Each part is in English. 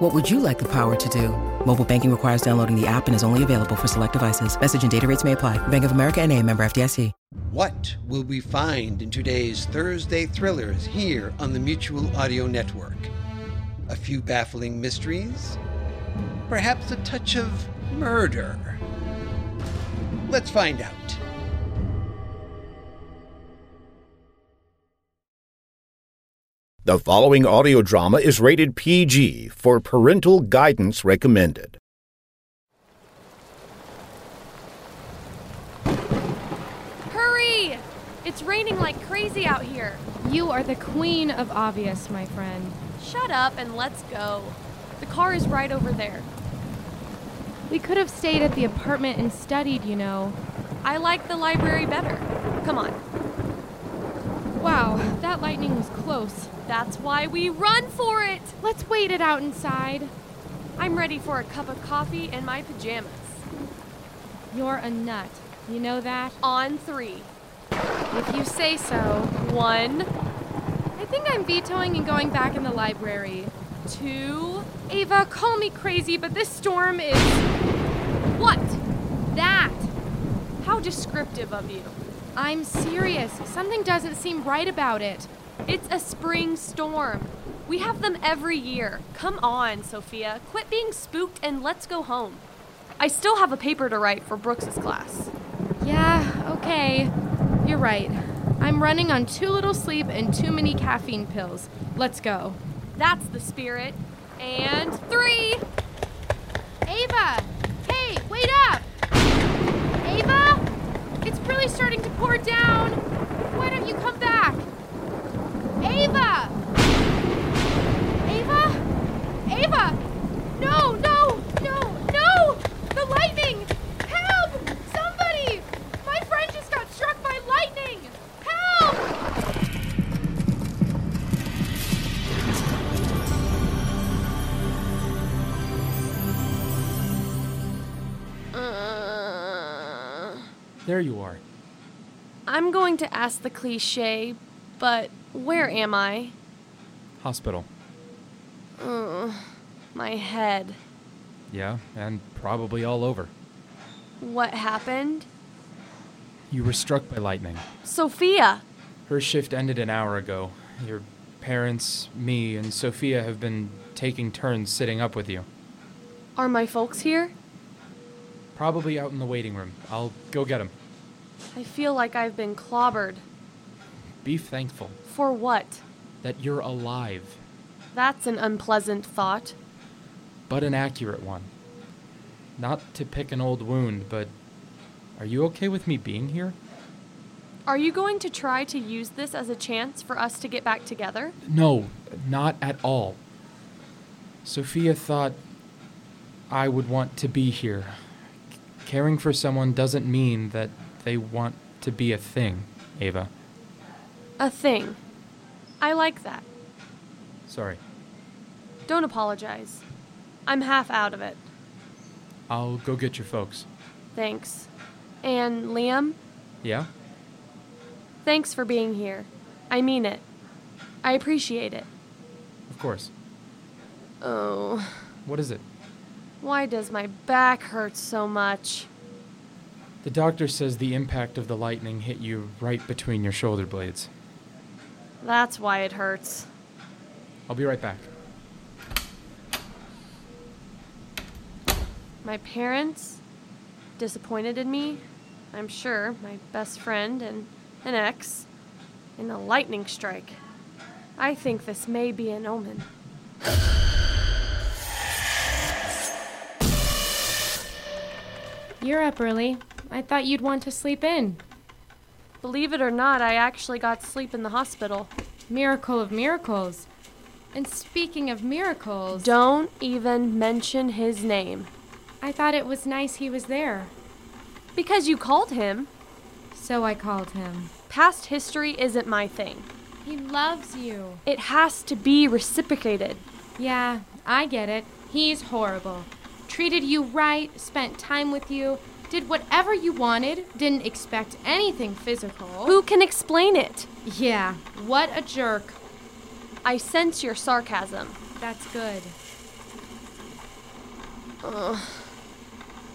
What would you like the power to do? Mobile banking requires downloading the app and is only available for select devices. Message and data rates may apply. Bank of America and a member FDIC. What will we find in today's Thursday thrillers here on the Mutual Audio Network? A few baffling mysteries? Perhaps a touch of murder? Let's find out. The following audio drama is rated PG for parental guidance recommended. Hurry! It's raining like crazy out here. You are the queen of obvious, my friend. Shut up and let's go. The car is right over there. We could have stayed at the apartment and studied, you know. I like the library better. Come on. Wow, that lightning was close. That's why we run for it! Let's wait it out inside. I'm ready for a cup of coffee and my pajamas. You're a nut. You know that? On three. If you say so. One, I think I'm vetoing and going back in the library. two, Ava, call me crazy, but this storm is. what? that! How descriptive of you. I'm serious. Something doesn't seem right about it. It's a spring storm. We have them every year. Come on, Sophia. Quit being spooked and let's go home. I still have a paper to write for Brooks's class. Yeah, okay. You're right. I'm running on too little sleep and too many caffeine pills. Let's go. That's the spirit. And three! Ava! Hey, wait up! Ava? It's really starting to pour down. Why don't you come back? Ava! Ava? Ava! No, no, no, no! The lightning! Help! Somebody! My friend just got struck by lightning! Help! There you are. I'm going to ask the cliche, but where am I? Hospital. My head. Yeah, and probably all over. What happened? You were struck by lightning. Sophia! Her shift ended an hour ago. Your parents, me, and Sophia have been taking turns sitting up with you. Are my folks here? Probably out in the waiting room. I'll go get them. I feel like I've been clobbered. Be thankful For what? that you're alive, That's an unpleasant thought. but an accurate one. Not to pick an old wound, but are you okay with me being here? Are you going to try to use this as a chance for us to get back together? No, not at all. Sophia thought I would want to be here. C- caring for someone doesn't mean that they want to be a thing, Ava. A thing. I like that. Sorry. Don't apologize. I'm half out of it. I'll go get your folks. Thanks. And Liam, Yeah? thanks for being here. I mean it. I appreciate it. Of course. Oh, What is it? why does my back hurt so much? The doctor says the impact of the lightning hit you right between your shoulder blades. That's why it hurts. I'll be right back. My parents disappointed in me, I'm sure, my best friend and an ex, in a lightning strike. I think this may be an omen. You're up early. I thought you'd want to sleep in. Believe it or not, I actually got sleep in the hospital. Miracle of miracles. And speaking of miracles, Don't even mention his name. I thought it was nice he was there. Because you called him. So I called him. Past history isn't my thing. He loves you. It has to be reciprocated. Yeah, I get it. He's horrible. Treated you right, spent time with you, did whatever you wanted, didn't expect anything physical. Who can explain it? Yeah, what a jerk. I sense your sarcasm. That's good.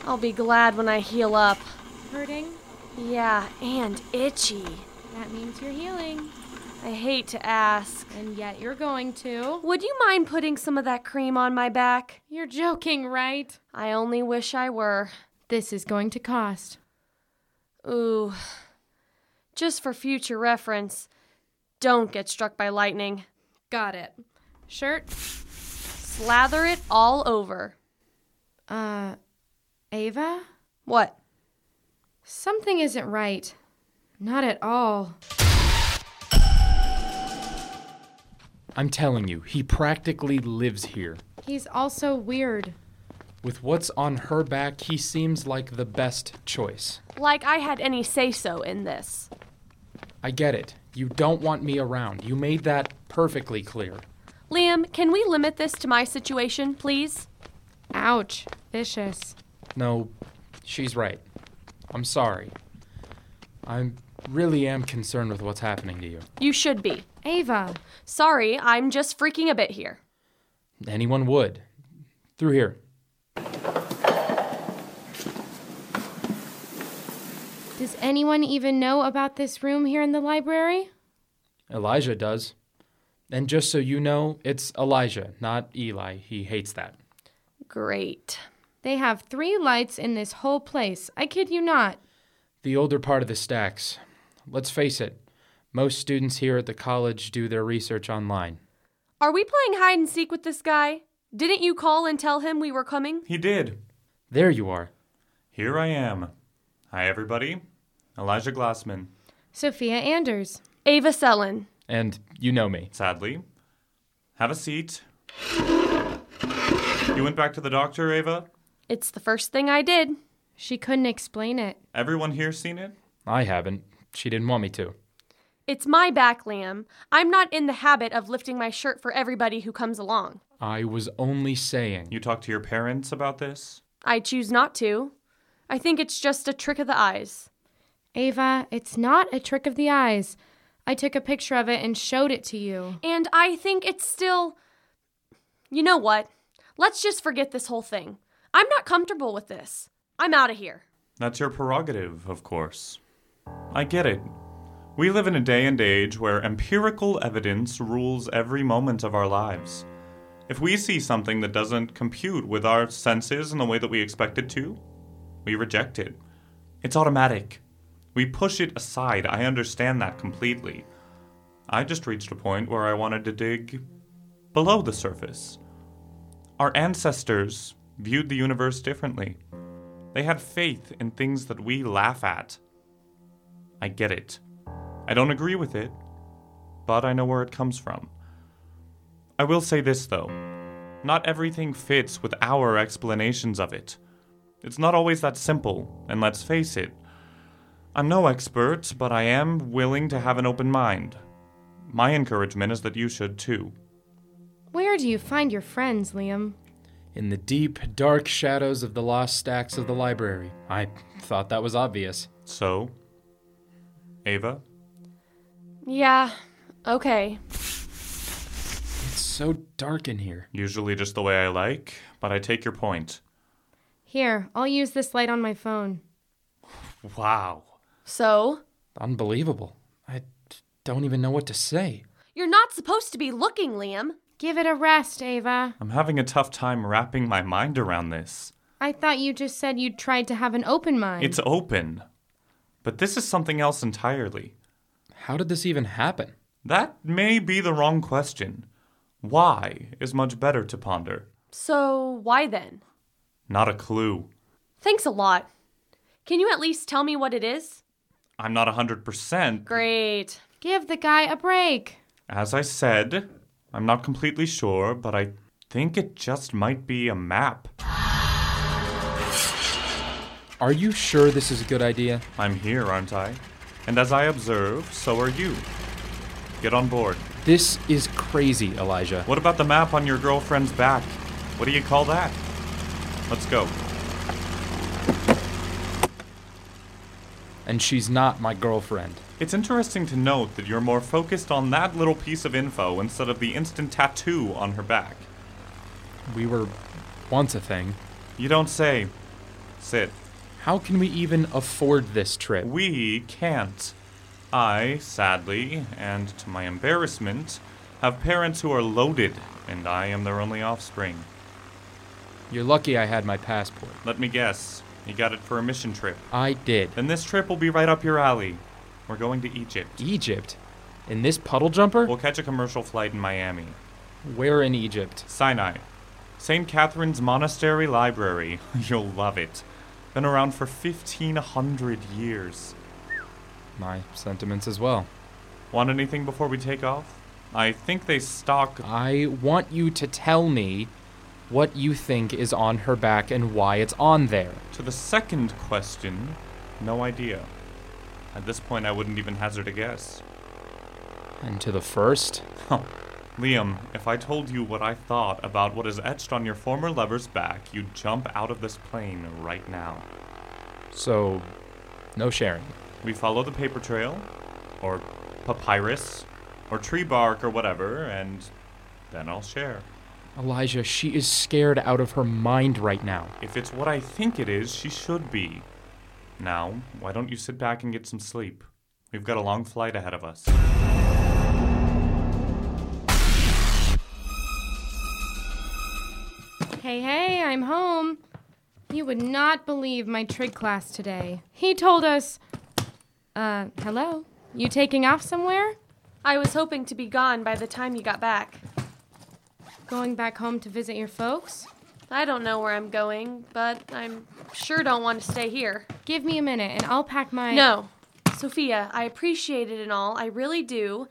I'll be glad when I heal up. Hurting? Yeah, and itchy. That means you're healing. I hate to ask. And yet you're going to. Would you mind putting some of that cream on my back? You're joking, right? I only wish I were. This is going to cost. Ooh. Just for future reference, don't get struck by lightning. Got it. Shirt? Slather it all over. Uh, Ava? What? Something isn't right. Not at all. I'm telling you, he practically lives here. He's also weird. With what's on her back, he seems like the best choice. Like I had any say so in this. I get it. You don't want me around. You made that perfectly clear. Liam, can we limit this to my situation, please? Ouch. Vicious. No, she's right. I'm sorry. I really am concerned with what's happening to you. You should be. Ava. Sorry, I'm just freaking a bit here. Anyone would. Through here. Does anyone even know about this room here in the library? Elijah does. And just so you know, it's Elijah, not Eli. He hates that. Great. They have three lights in this whole place. I kid you not. The older part of the stacks. Let's face it, most students here at the college do their research online. Are we playing hide and seek with this guy? Didn't you call and tell him we were coming? He did. There you are. Here I am. Hi, everybody. Elijah Glassman. Sophia Anders. Ava Sellen. And you know me. Sadly. Have a seat. You went back to the doctor, Ava? It's the first thing I did. She couldn't explain it. Everyone here seen it? I haven't. She didn't want me to. It's my back, Liam. I'm not in the habit of lifting my shirt for everybody who comes along. I was only saying. You talked to your parents about this? I choose not to. I think it's just a trick of the eyes. Ava, it's not a trick of the eyes. I took a picture of it and showed it to you. And I think it's still. You know what? Let's just forget this whole thing. I'm not comfortable with this. I'm out of here. That's your prerogative, of course. I get it. We live in a day and age where empirical evidence rules every moment of our lives. If we see something that doesn't compute with our senses in the way that we expect it to, we reject it. It's automatic. We push it aside. I understand that completely. I just reached a point where I wanted to dig below the surface. Our ancestors viewed the universe differently. They had faith in things that we laugh at. I get it. I don't agree with it, but I know where it comes from. I will say this, though not everything fits with our explanations of it. It's not always that simple, and let's face it, I'm no expert, but I am willing to have an open mind. My encouragement is that you should too. Where do you find your friends, Liam? In the deep, dark shadows of the lost stacks of the library. I thought that was obvious. So, Ava? Yeah, okay. It's so dark in here. Usually just the way I like, but I take your point. Here, I'll use this light on my phone. Wow. So? Unbelievable. I don't even know what to say. You're not supposed to be looking, Liam. Give it a rest, Ava. I'm having a tough time wrapping my mind around this. I thought you just said you tried to have an open mind. It's open. But this is something else entirely. How did this even happen? That may be the wrong question. Why is much better to ponder. So, why then? Not a clue. Thanks a lot. Can you at least tell me what it is? I'm not 100%. Great. Give the guy a break. As I said, I'm not completely sure, but I think it just might be a map. Are you sure this is a good idea? I'm here, aren't I? And as I observe, so are you. Get on board. This is crazy, Elijah. What about the map on your girlfriend's back? What do you call that? Let's go. And she's not my girlfriend. It's interesting to note that you're more focused on that little piece of info instead of the instant tattoo on her back. We were once a thing. You don't say. Sit. How can we even afford this trip? We can't. I, sadly, and to my embarrassment, have parents who are loaded, and I am their only offspring. You're lucky I had my passport. Let me guess, you got it for a mission trip. I did. Then this trip will be right up your alley. We're going to Egypt. Egypt? In this puddle jumper? We'll catch a commercial flight in Miami. Where in Egypt? Sinai. St. Catherine's Monastery Library. You'll love it. Been around for 1500 years. My sentiments as well. Want anything before we take off? I think they stock. I want you to tell me what you think is on her back and why it's on there. To the second question, no idea. At this point, I wouldn't even hazard a guess. And to the first? Huh. Liam, if I told you what I thought about what is etched on your former lover's back, you'd jump out of this plane right now. So, no sharing. We follow the paper trail, or papyrus, or tree bark, or whatever, and then I'll share. Elijah, she is scared out of her mind right now. If it's what I think it is, she should be. Now, why don't you sit back and get some sleep? We've got a long flight ahead of us. Hey, hey, I'm home. You would not believe my trig class today. He told us. Uh, hello? You taking off somewhere? I was hoping to be gone by the time you got back. Going back home to visit your folks? I don't know where I'm going, but I'm sure don't want to stay here. Give me a minute and I'll pack my. No. Sophia, I appreciate it and all, I really do.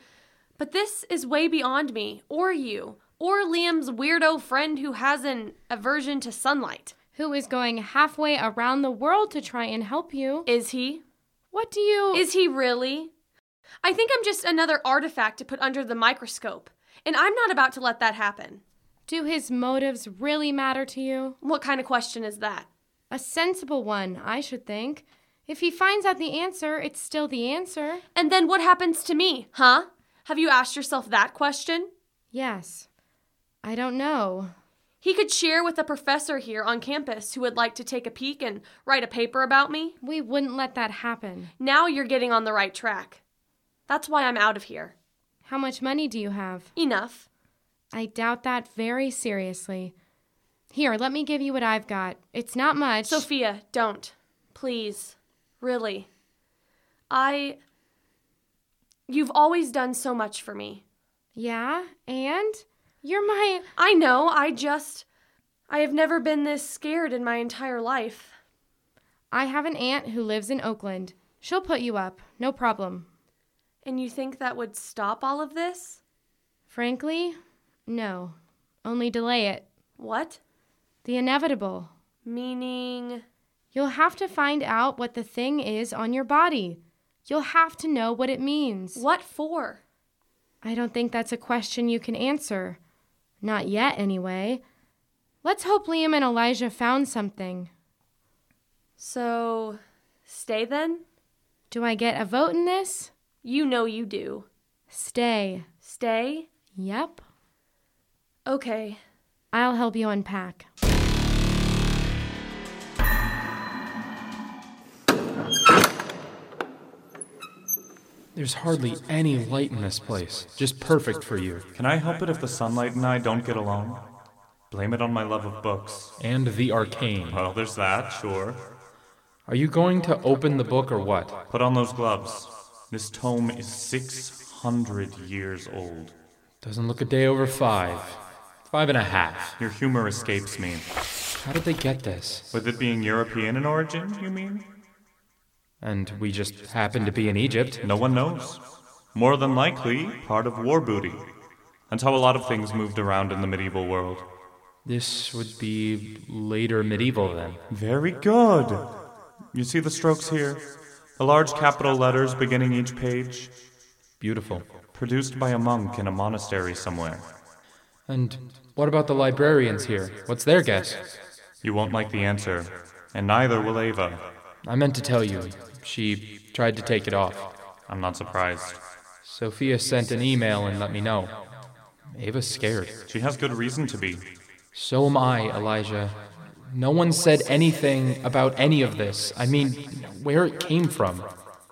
But this is way beyond me, or you, or Liam's weirdo friend who has an aversion to sunlight. Who is going halfway around the world to try and help you? Is he? What do you. Is he really? I think I'm just another artifact to put under the microscope, and I'm not about to let that happen. Do his motives really matter to you? What kind of question is that? A sensible one, I should think. If he finds out the answer, it's still the answer. And then what happens to me, huh? Have you asked yourself that question? Yes. I don't know. He could share with a professor here on campus who would like to take a peek and write a paper about me. We wouldn't let that happen. Now you're getting on the right track. That's why I'm out of here. How much money do you have? Enough. I doubt that very seriously. Here, let me give you what I've got. It's not much. Sophia, don't. Please. Really. I. You've always done so much for me. Yeah, and? You're my. I know, I just. I have never been this scared in my entire life. I have an aunt who lives in Oakland. She'll put you up, no problem. And you think that would stop all of this? Frankly, no. Only delay it. What? The inevitable. Meaning. You'll have to find out what the thing is on your body. You'll have to know what it means. What for? I don't think that's a question you can answer. Not yet, anyway. Let's hope Liam and Elijah found something. So. Stay then? Do I get a vote in this? You know you do. Stay. Stay? Yep. Okay. I'll help you unpack. There's hardly any light in this place. Just perfect for you. Can I help it if the sunlight and I don't get along? Blame it on my love of books. And the arcane. Well, there's that, sure. Are you going to open the book or what? Put on those gloves. This tome is 600 years old. Doesn't look a day over five. Five and a half. Your humor escapes me. How did they get this? With it being European in origin, you mean? And we just happen to be in Egypt. No one knows. More than likely, part of war booty. That's how a lot of things moved around in the medieval world. This would be later medieval then. Very good. You see the strokes here? the large capital letters beginning each page, Beautiful. produced by a monk in a monastery somewhere. And what about the librarians here? What's their guess? You won't like the answer, and neither will Ava. I meant to tell you. She tried to take it off. I'm not surprised. Sophia sent an email and let me know. Ava's scared. She has good reason to be. So am I, Elijah. No one said anything about any of this. I mean, where it came from.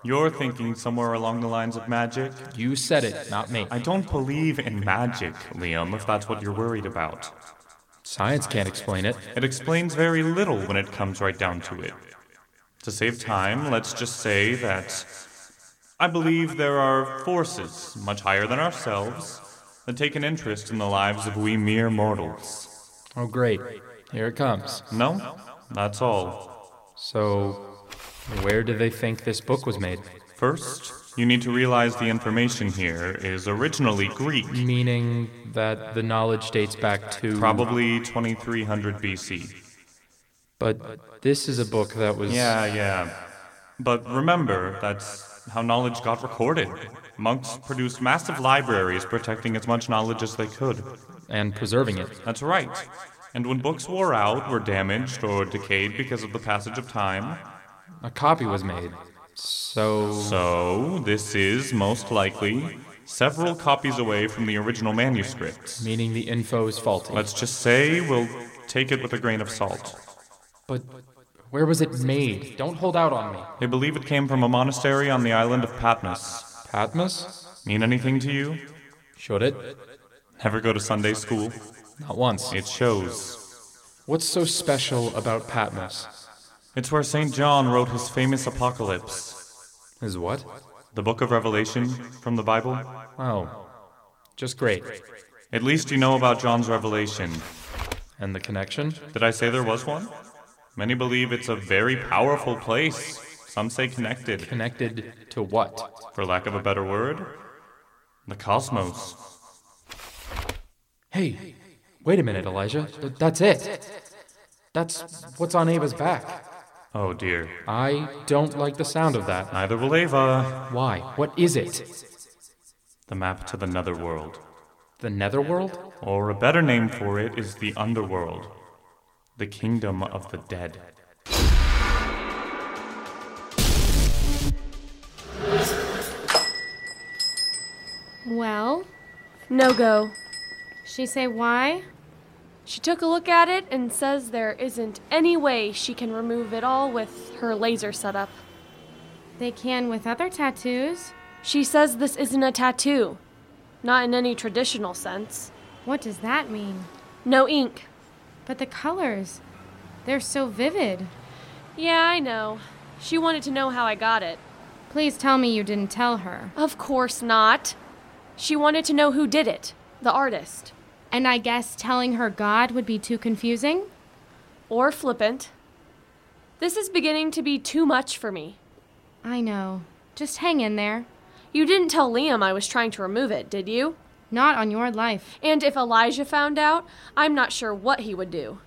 You're thinking somewhere along the lines of magic? You said it, not me. I don't believe in magic, Liam, if that's what you're worried about. Science can't explain it. It explains very little when it comes right down to it. To save time, let's just say that I believe there are forces much higher than ourselves that take an interest in the lives of we mere mortals. Oh, great. Here it comes. No? That's all. So, where do they think this book was made? First, you need to realize the information here is originally Greek, Meaning that the knowledge dates back to. probably 2300 BC. But this is a book that was. Yeah, yeah. But remember, that's how knowledge got recorded. Monks produced massive libraries protecting as much knowledge as they could. And preserving it. That's right. And when books wore out, were damaged, or decayed because of the passage of time, A copy was made. So. so this is most likely several copies away from the original manuscripts. Meaning the info is faulty. Let's just say we'll take it with a grain of salt. But where was it made? Don't hold out on me. They believe it came from a monastery on the island of Patmos. Patmos? Mean anything to you? Should it? Ever go to Sunday school? Not once. It shows. What's so special about Patmos? It's where St. John wrote his famous Apocalypse, Is what? the book of Revelation from the Bible. Oh. Just great. At least you know about John's Revelation. And the connection? Did I say there was one? Many believe it's a very powerful place. Some say connected, Connected to what? for lack of a better word. The cosmos. Hey, wait a minute, Elijah. Th- that's it. That's what's on Ava's back. Oh dear. I don't like the sound of that. Neither will Ava. Why? What is it? The map to the netherworld. The netherworld? Or a better name for it is the underworld. The kingdom of the dead. Well, No go. she say why? She took a look at it and says there isn't any way she can remove it all with her laser setup. They can with other tattoos. She says this isn't a tattoo. Not in any traditional sense. What does that mean? No ink. But the colors, they're so vivid. Yeah, I know. She wanted to know how I got it. Please tell me you didn't tell her. Of course not. She wanted to know who did it the artist. And I guess telling her God would be too confusing? Or flippant. This is beginning to be too much for me. I know. Just hang in there. You didn't tell Liam I was trying to remove it, did you? Not on your life. And if Elijah found out, I'm not sure what he would do.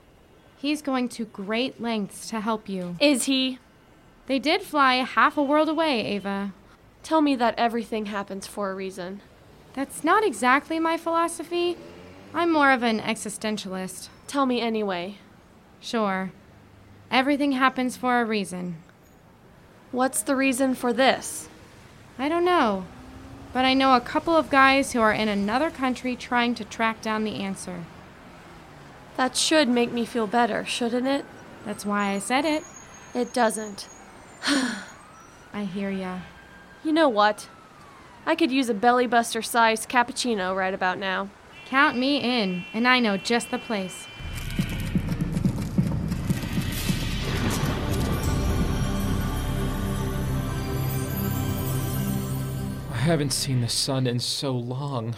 He's going to great lengths to help you. Is he? They did fly half a world away, Ava. Tell me that everything happens for a reason. That's not exactly my philosophy. I'm more of an existentialist. Tell me anyway. Sure. Everything happens for a reason. What's the reason for this? I don't know. But I know a couple of guys who are in another country trying to track down the answer. That should make me feel better, shouldn't it? That's why I said it. It doesn't. I hear ya. You know what? I could use a belly buster sized cappuccino right about now. Count me in, and I know just the place. I haven't seen the sun in so long.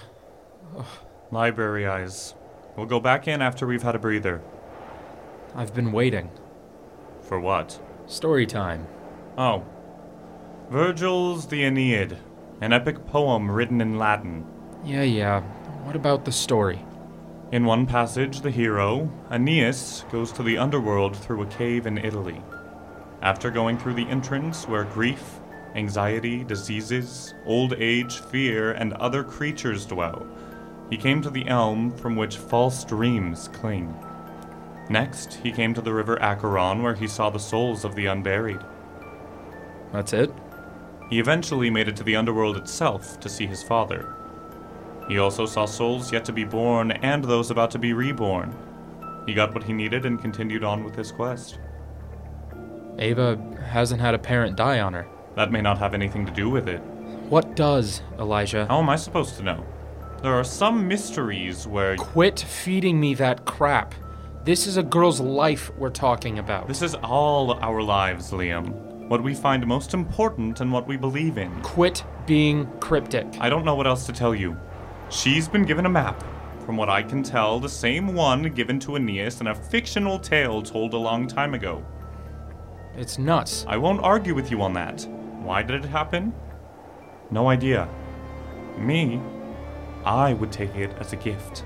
Library eyes. We'll go back in after we've had a breather. I've been waiting. For what? Story time. Oh. Virgil's The Aeneid, an epic poem written in Latin. Yeah, yeah. What about the story? In one passage, the hero, Aeneas, goes to the underworld through a cave in Italy. After going through the entrance where grief, anxiety, diseases, old age, fear, and other creatures dwell. He came to the elm from which false dreams cling. Next, he came to the river Acheron, where he saw the souls of the unburied. That's it? He eventually made it to the underworld itself to see his father. He also saw souls yet to be born and those about to be reborn. He got what he needed and continued on with his quest. Ava hasn't had a parent die on her. That may not have anything to do with it. What does, Elijah? How am I supposed to know? There are some mysteries where. Quit feeding me that crap. This is a girl's life we're talking about. This is all our lives, Liam. What we find most important and what we believe in. Quit being cryptic. I don't know what else to tell you. She's been given a map. From what I can tell, the same one given to Aeneas in a fictional tale told a long time ago. It's nuts. I won't argue with you on that. Why did it happen? No idea. Me, I would take it as a gift.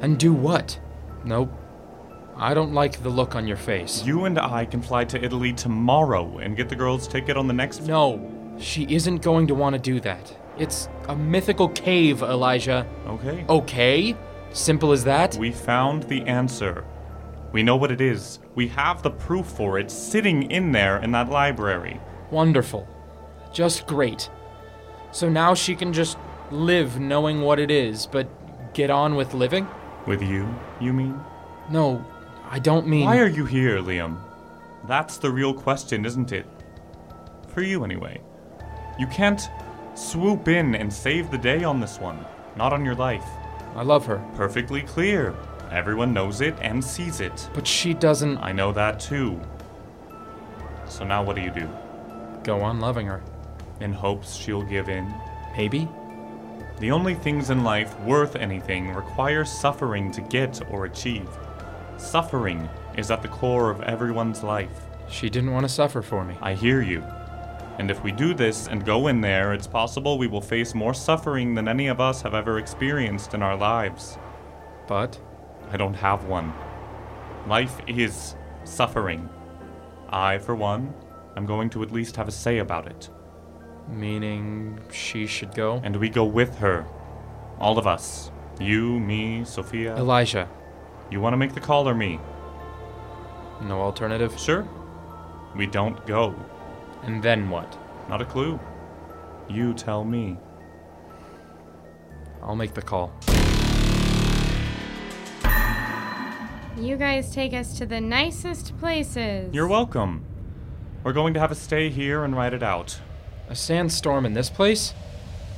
And do what? Nope. I don't like the look on your face. You and I can fly to Italy tomorrow and get the girl's ticket on the next. No, she isn't going to want to do that. It's a mythical cave, Elijah. Okay. Okay? Simple as that? We found the answer. We know what it is. We have the proof for it sitting in there in that library. Wonderful. Just great. So now she can just live knowing what it is, but get on with living? With you, you mean? No, I don't mean. Why are you here, Liam? That's the real question, isn't it? For you, anyway. You can't swoop in and save the day on this one. Not on your life. I love her, Perfectly clear. Everyone knows it and sees it. but she doesn't I know that too. So now what do you do? go on loving her. In hopes she'll give in? Maybe? The only things in life worth anything require suffering to get or achieve. Suffering is at the core of everyone's life. She didn't want to suffer for me. I hear you. And if we do this and go in there, it's possible we will face more suffering than any of us have ever experienced in our lives. But I don't have one. Life is suffering. I, for one, am going to at least have a say about it. Meaning she should go? And we go with her. All of us. You, me, Sophia. Elijah, you want to make the call or me? no alternative? Sure. We don't go. And then what? Not a clue. You tell me. I'll make the call. You guys take us to the nicest places. You're welcome. We're going to have a stay here and write it out. A sandstorm in this place?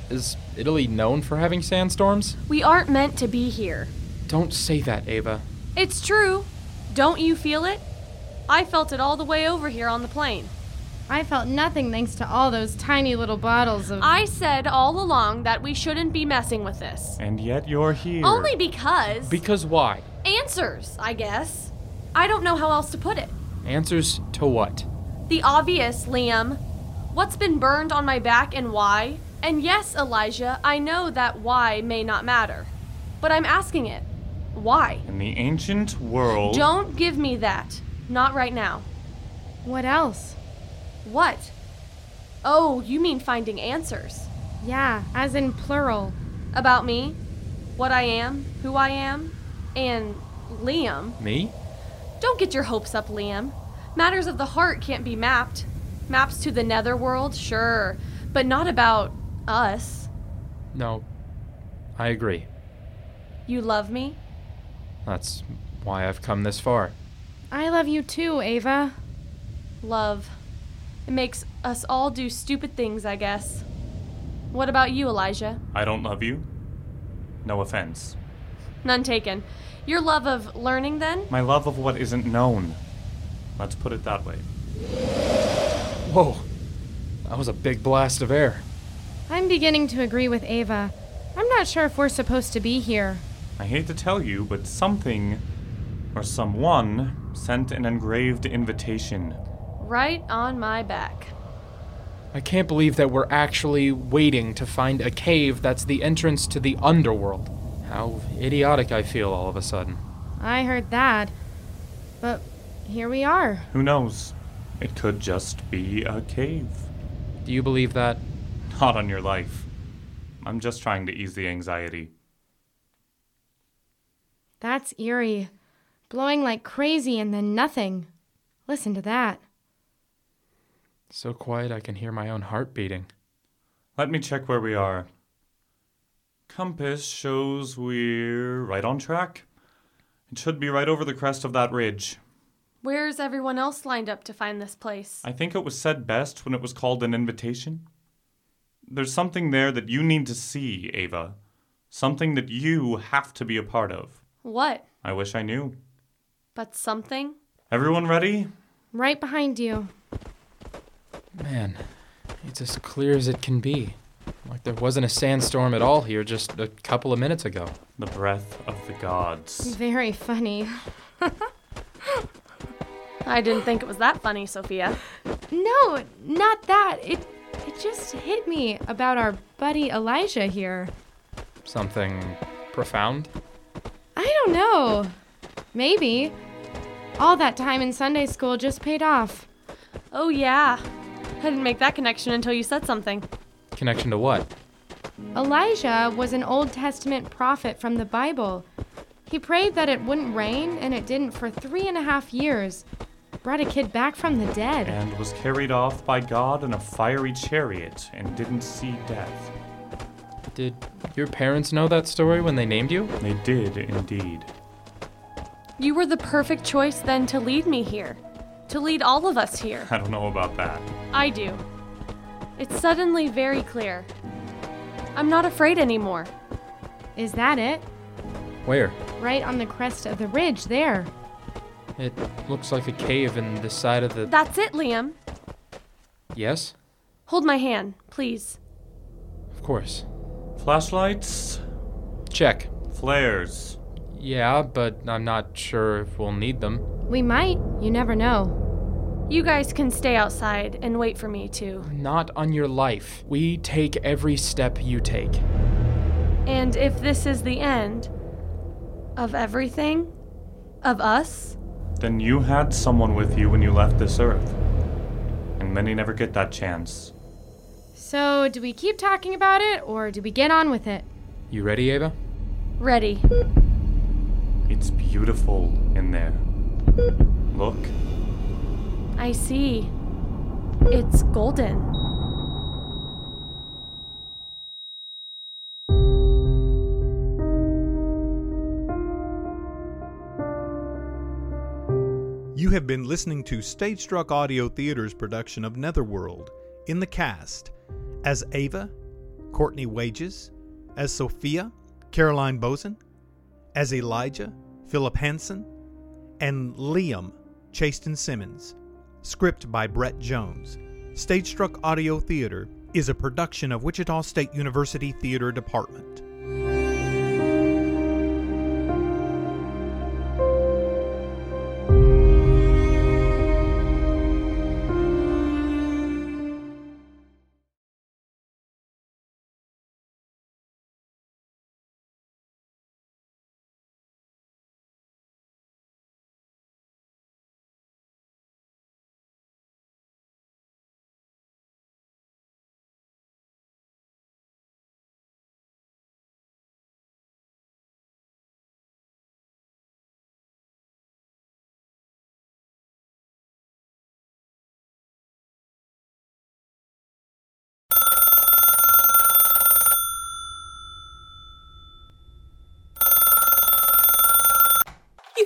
Is Italy known for having sandstorms? We aren't meant to be here. Don't say that, Ava. It's true. Don't you feel it? I felt it all the way over here on the plane. I felt nothing thanks to all those tiny little bottles of. I said all along that we shouldn't be messing with this. And yet you're here. Only because. Because why? answers, I guess. I don't know how else to put it. Answers to what? The obvious, Liam. What's been burned on my back and why? And yes, Elijah, I know that why may not matter. But I'm asking it. Why? In the ancient world. Don't give me that. Not right now. What else? What? Oh, you mean finding answers. Yeah, as in plural. About me, what I am, who I am, and Liam. Me? Don't get your hopes up, Liam. Matters of the heart can't be mapped. Maps to the netherworld, sure, but not about us. No. I agree. You love me? That's why I've come this far. I love you too, Ava. Love. It makes us all do stupid things, I guess. What about you, Elijah? I don't love you. No offense. None taken. Your love of learning, then? My love of what isn't known. Let's put it that way. Whoa. That was a big blast of air. I'm beginning to agree with Ava. I'm not sure if we're supposed to be here. I hate to tell you, but something or someone sent an engraved invitation. Right on my back. I can't believe that we're actually waiting to find a cave that's the entrance to the underworld. How idiotic I feel all of a sudden. I heard that. But here we are. Who knows? It could just be a cave. Do you believe that? Not on your life. I'm just trying to ease the anxiety. That's eerie. Blowing like crazy and then nothing. Listen to that. So quiet I can hear my own heart beating. Let me check where we are. Compass shows we're right on track. It should be right over the crest of that ridge. Where's everyone else lined up to find this place? I think it was said best when it was called an invitation. There's something there that you need to see, Ava. Something that you have to be a part of. What? I wish I knew. But something? Everyone ready? Right behind you. Man, it's as clear as it can be. Like there wasn't a sandstorm at all here just a couple of minutes ago. The breath of the gods. Very funny. I didn't think it was that funny, Sophia. No, not that. It it just hit me about our buddy Elijah here. Something profound? I don't know. Maybe. All that time in Sunday school just paid off. Oh, yeah. I didn't make that connection until you said something. Connection to what? Elijah was an Old Testament prophet from the Bible. He prayed that it wouldn't rain, and it didn't for three and a half years. Brought a kid back from the dead. And was carried off by God in a fiery chariot and didn't see death. Did your parents know that story when they named you? They did indeed. You were the perfect choice then to lead me here, to lead all of us here. I don't know about that. I do. It's suddenly very clear. I'm not afraid anymore. Is that it? Where? Right on the crest of the ridge there. It looks like a cave in the side of the. That's it, Liam. yes? Hold my hand, please. Of course. Flashlights, Check. flares. Yeah, but I'm not sure if we'll need them. We might. You never know. You guys can stay outside and wait for me too. Not on your life. We take every step you take. And if this is the end of everything, of us, Then you had someone with you when you left this earth. And many never get that chance. So, do we keep talking about it or do we get on with it? You ready, Ava? ready. It's beautiful in there. Look, I see. It's golden. You have been listening to Stage Struck Audio Theater's production of Netherworld in the cast as Ava, Courtney Wages, as Sophia, Caroline Bozen, as Elijah, Philip Hansen, and Liam, Chasten Simmons. Script by Brett Jones. Stage Struck Audio Theater is a production of Wichita State University Theater Department. You